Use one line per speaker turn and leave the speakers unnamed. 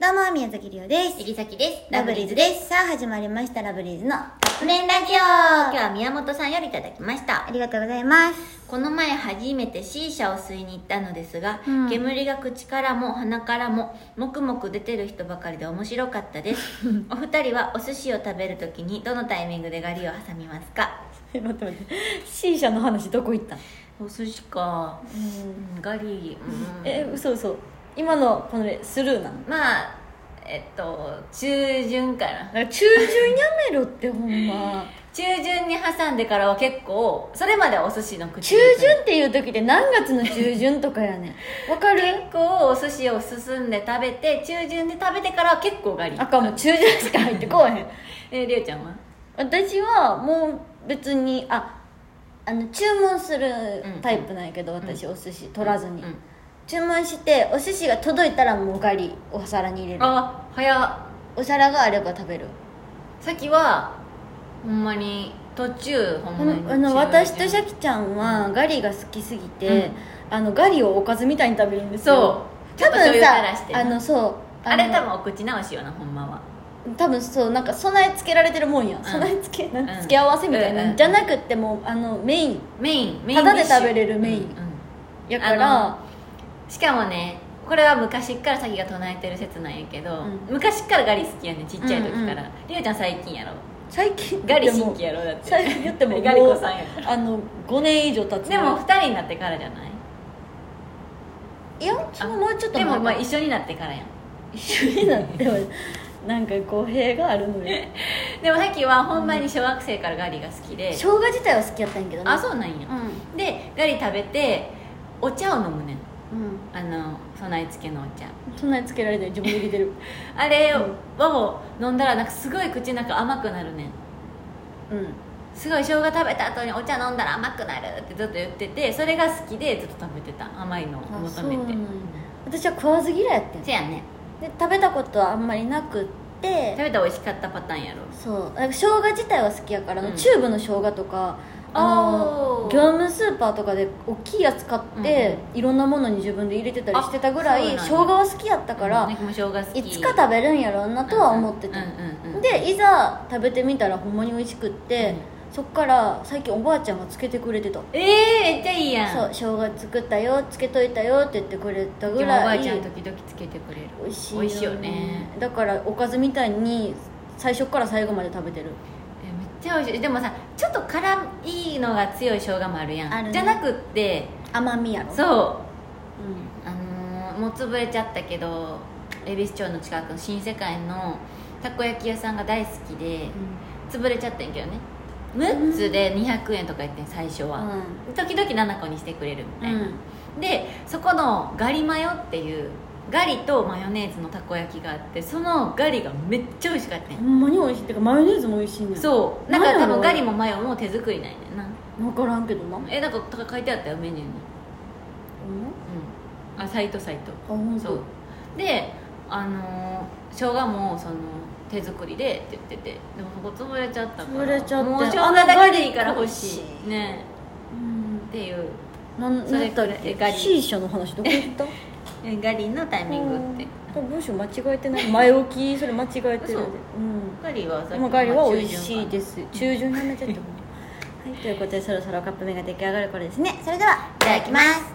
どうも、宮崎りおです。
杉崎です。
ラブリーズ
す。
です。さあ、始まりました、ラブリーズのカッメンラジオ
今日は宮本さんよりいただきました
あ。りがとうございます。
この前初めて C 社を吸いに行ったのですが、
うん
煙が口からも鼻からももくもく出てる人ばかりで面白かった ですお二人はお寿司を食べるときにどのタイミングでガリを挟みますか
待って待って C 社の話どこ行ったん、
お寿司か、うん、ガリ、うん、
え嘘嘘今のこの例スルーなの
まあえっと中旬かな
なんか中旬やめろってほんま
中旬に挟んでからは結構それまではお寿司の
中
口
旬っていう時で何月の中旬とかやねんわかる
結構お寿司を進んで食べて中旬で食べてからは結構ガリ
あかんもう中旬しか入ってこうへん
えりゅうちゃんは
私はもう別にああの注文するタイプなんやけど、私お寿司取らずに、
うん
注文してお寿司が届いたらもうガリお皿に入れる
あ早っ
お皿があれば食べる
さっきはほんまに途中ほんまに
あの私とシ
ゃ
ャキちゃんはガリが好きすぎ
う
て
ん、
あのガリをおかずみたいに食べるんです
そ
よ
う
多
ちょっと
分
醤
さ
油垂らしてな
あのそう
あれ多
の
分お口直しよなほんまは
多分そうなんか備え付けられてるもんや、
ん
備え付けなん
うん
付け合わせみたいな、
うん
じゃなくってもうあのメイン
メインメイン
ただで
ディッシュ
食べれるメイン
うんうん
やか
あ
ら
しかもねこれは昔っからさっきが唱えてる説なんやけど、
うん
昔っからガリ好きやねちっちゃい時から、
うん
りゅうちゃん最近やろ
最近
ガリ
でも
新規やろだって
最近言っても
ガリ子さんや
もうあの5年以上経つ
でも二人になってからじゃない
いやそのもうちょっと
でもまあ
一
一緒になってからやん
緒になっては なんか語弊があるのよ
でもさっきはほんまに小学生からガリが好きで、
生姜自体は好きやったんやけどね
あそうなんや、でガリ食べてお茶を飲むねん
うんうん
あの備え付けのお茶
備え付けられて自分で 入れてる
あれを飲んだらなんかすごい口の中甘くなるねん
うん
すごい生姜食べた後にお茶飲んだら甘くなるってずっと言っててそれが好きでずっと食べてた甘いのを
あそ
求
う
め
なん
て
や私は食わず嫌いやってん
せやね
で食べたことはあんまりなくっ
食
て
べたら美味しかったパターンやろ
そうなんか生姜自体は好きやから、あの
うん
チューブの生姜とかあの
おー
業務スーパーとかで大きいやつ買って、いろんなものに自分で入れてたりしてたぐら
あそう
い
なん
生
や
姜は好きやったから、
ねも生姜好き
いつか食べるんやろうなとは思ってた、
うんうんうんうん
でいざ食べてみたらほんまに美味しくって、そっから最近おばあちゃんがつけてくれてた
ええめっちゃいいやん
そう生姜作ったよつけといたよって言ってくれたぐ
でもおば
ら
あ
い
ちゃん時々つけてくれる
美味しい
美味しいよね
だからおかずみたいに最初から最後まで食べてる
えめっちゃ美味しいでもさちょっと辛いのが強い生姜もあるやん
あるね
じゃなくって
甘みやろ
そう
う、
あのーもう潰れちゃったけど恵比寿町の近くの新世界のたこ焼き屋さんが大好きで潰れちゃったんやけどね6つで200円とか言ってん最初は、時々7個にしてくれる
う
みたい
ん、う
な、
ん、
でそこのガリマヨっていうガリとマヨネーズのたこ焼きがあってそのガリがめっちゃ美味しかったんや
ほんまに美味しいってかマヨネーズも美味しいね
そうなん
なん
か
やろ
多分ガリもマヨも手作りなんやな
分からんけどな、うん、
えなんかとか書いてあったよメニューにうんあサイトサイト
あ本
そう
当。
であのー生姜もその手作りでって言っててでもそこ潰れちゃったから
潰れちゃって
もう生姜だけでいいから欲し
あのガ
いね
うん
っていう
なん
それ
なんだっけ
えガリ
C 社の話どこ行った
えガリのタイミングって
うん文章間違えてない前置きそれ間違えてるで
嘘
うん
ガリはさっき
もうガリは
まあ
美味しい
中
です中 旬やめちゃってもはいということでそろそろカップ麺が出来上がる頃ですねそれではい
ただきます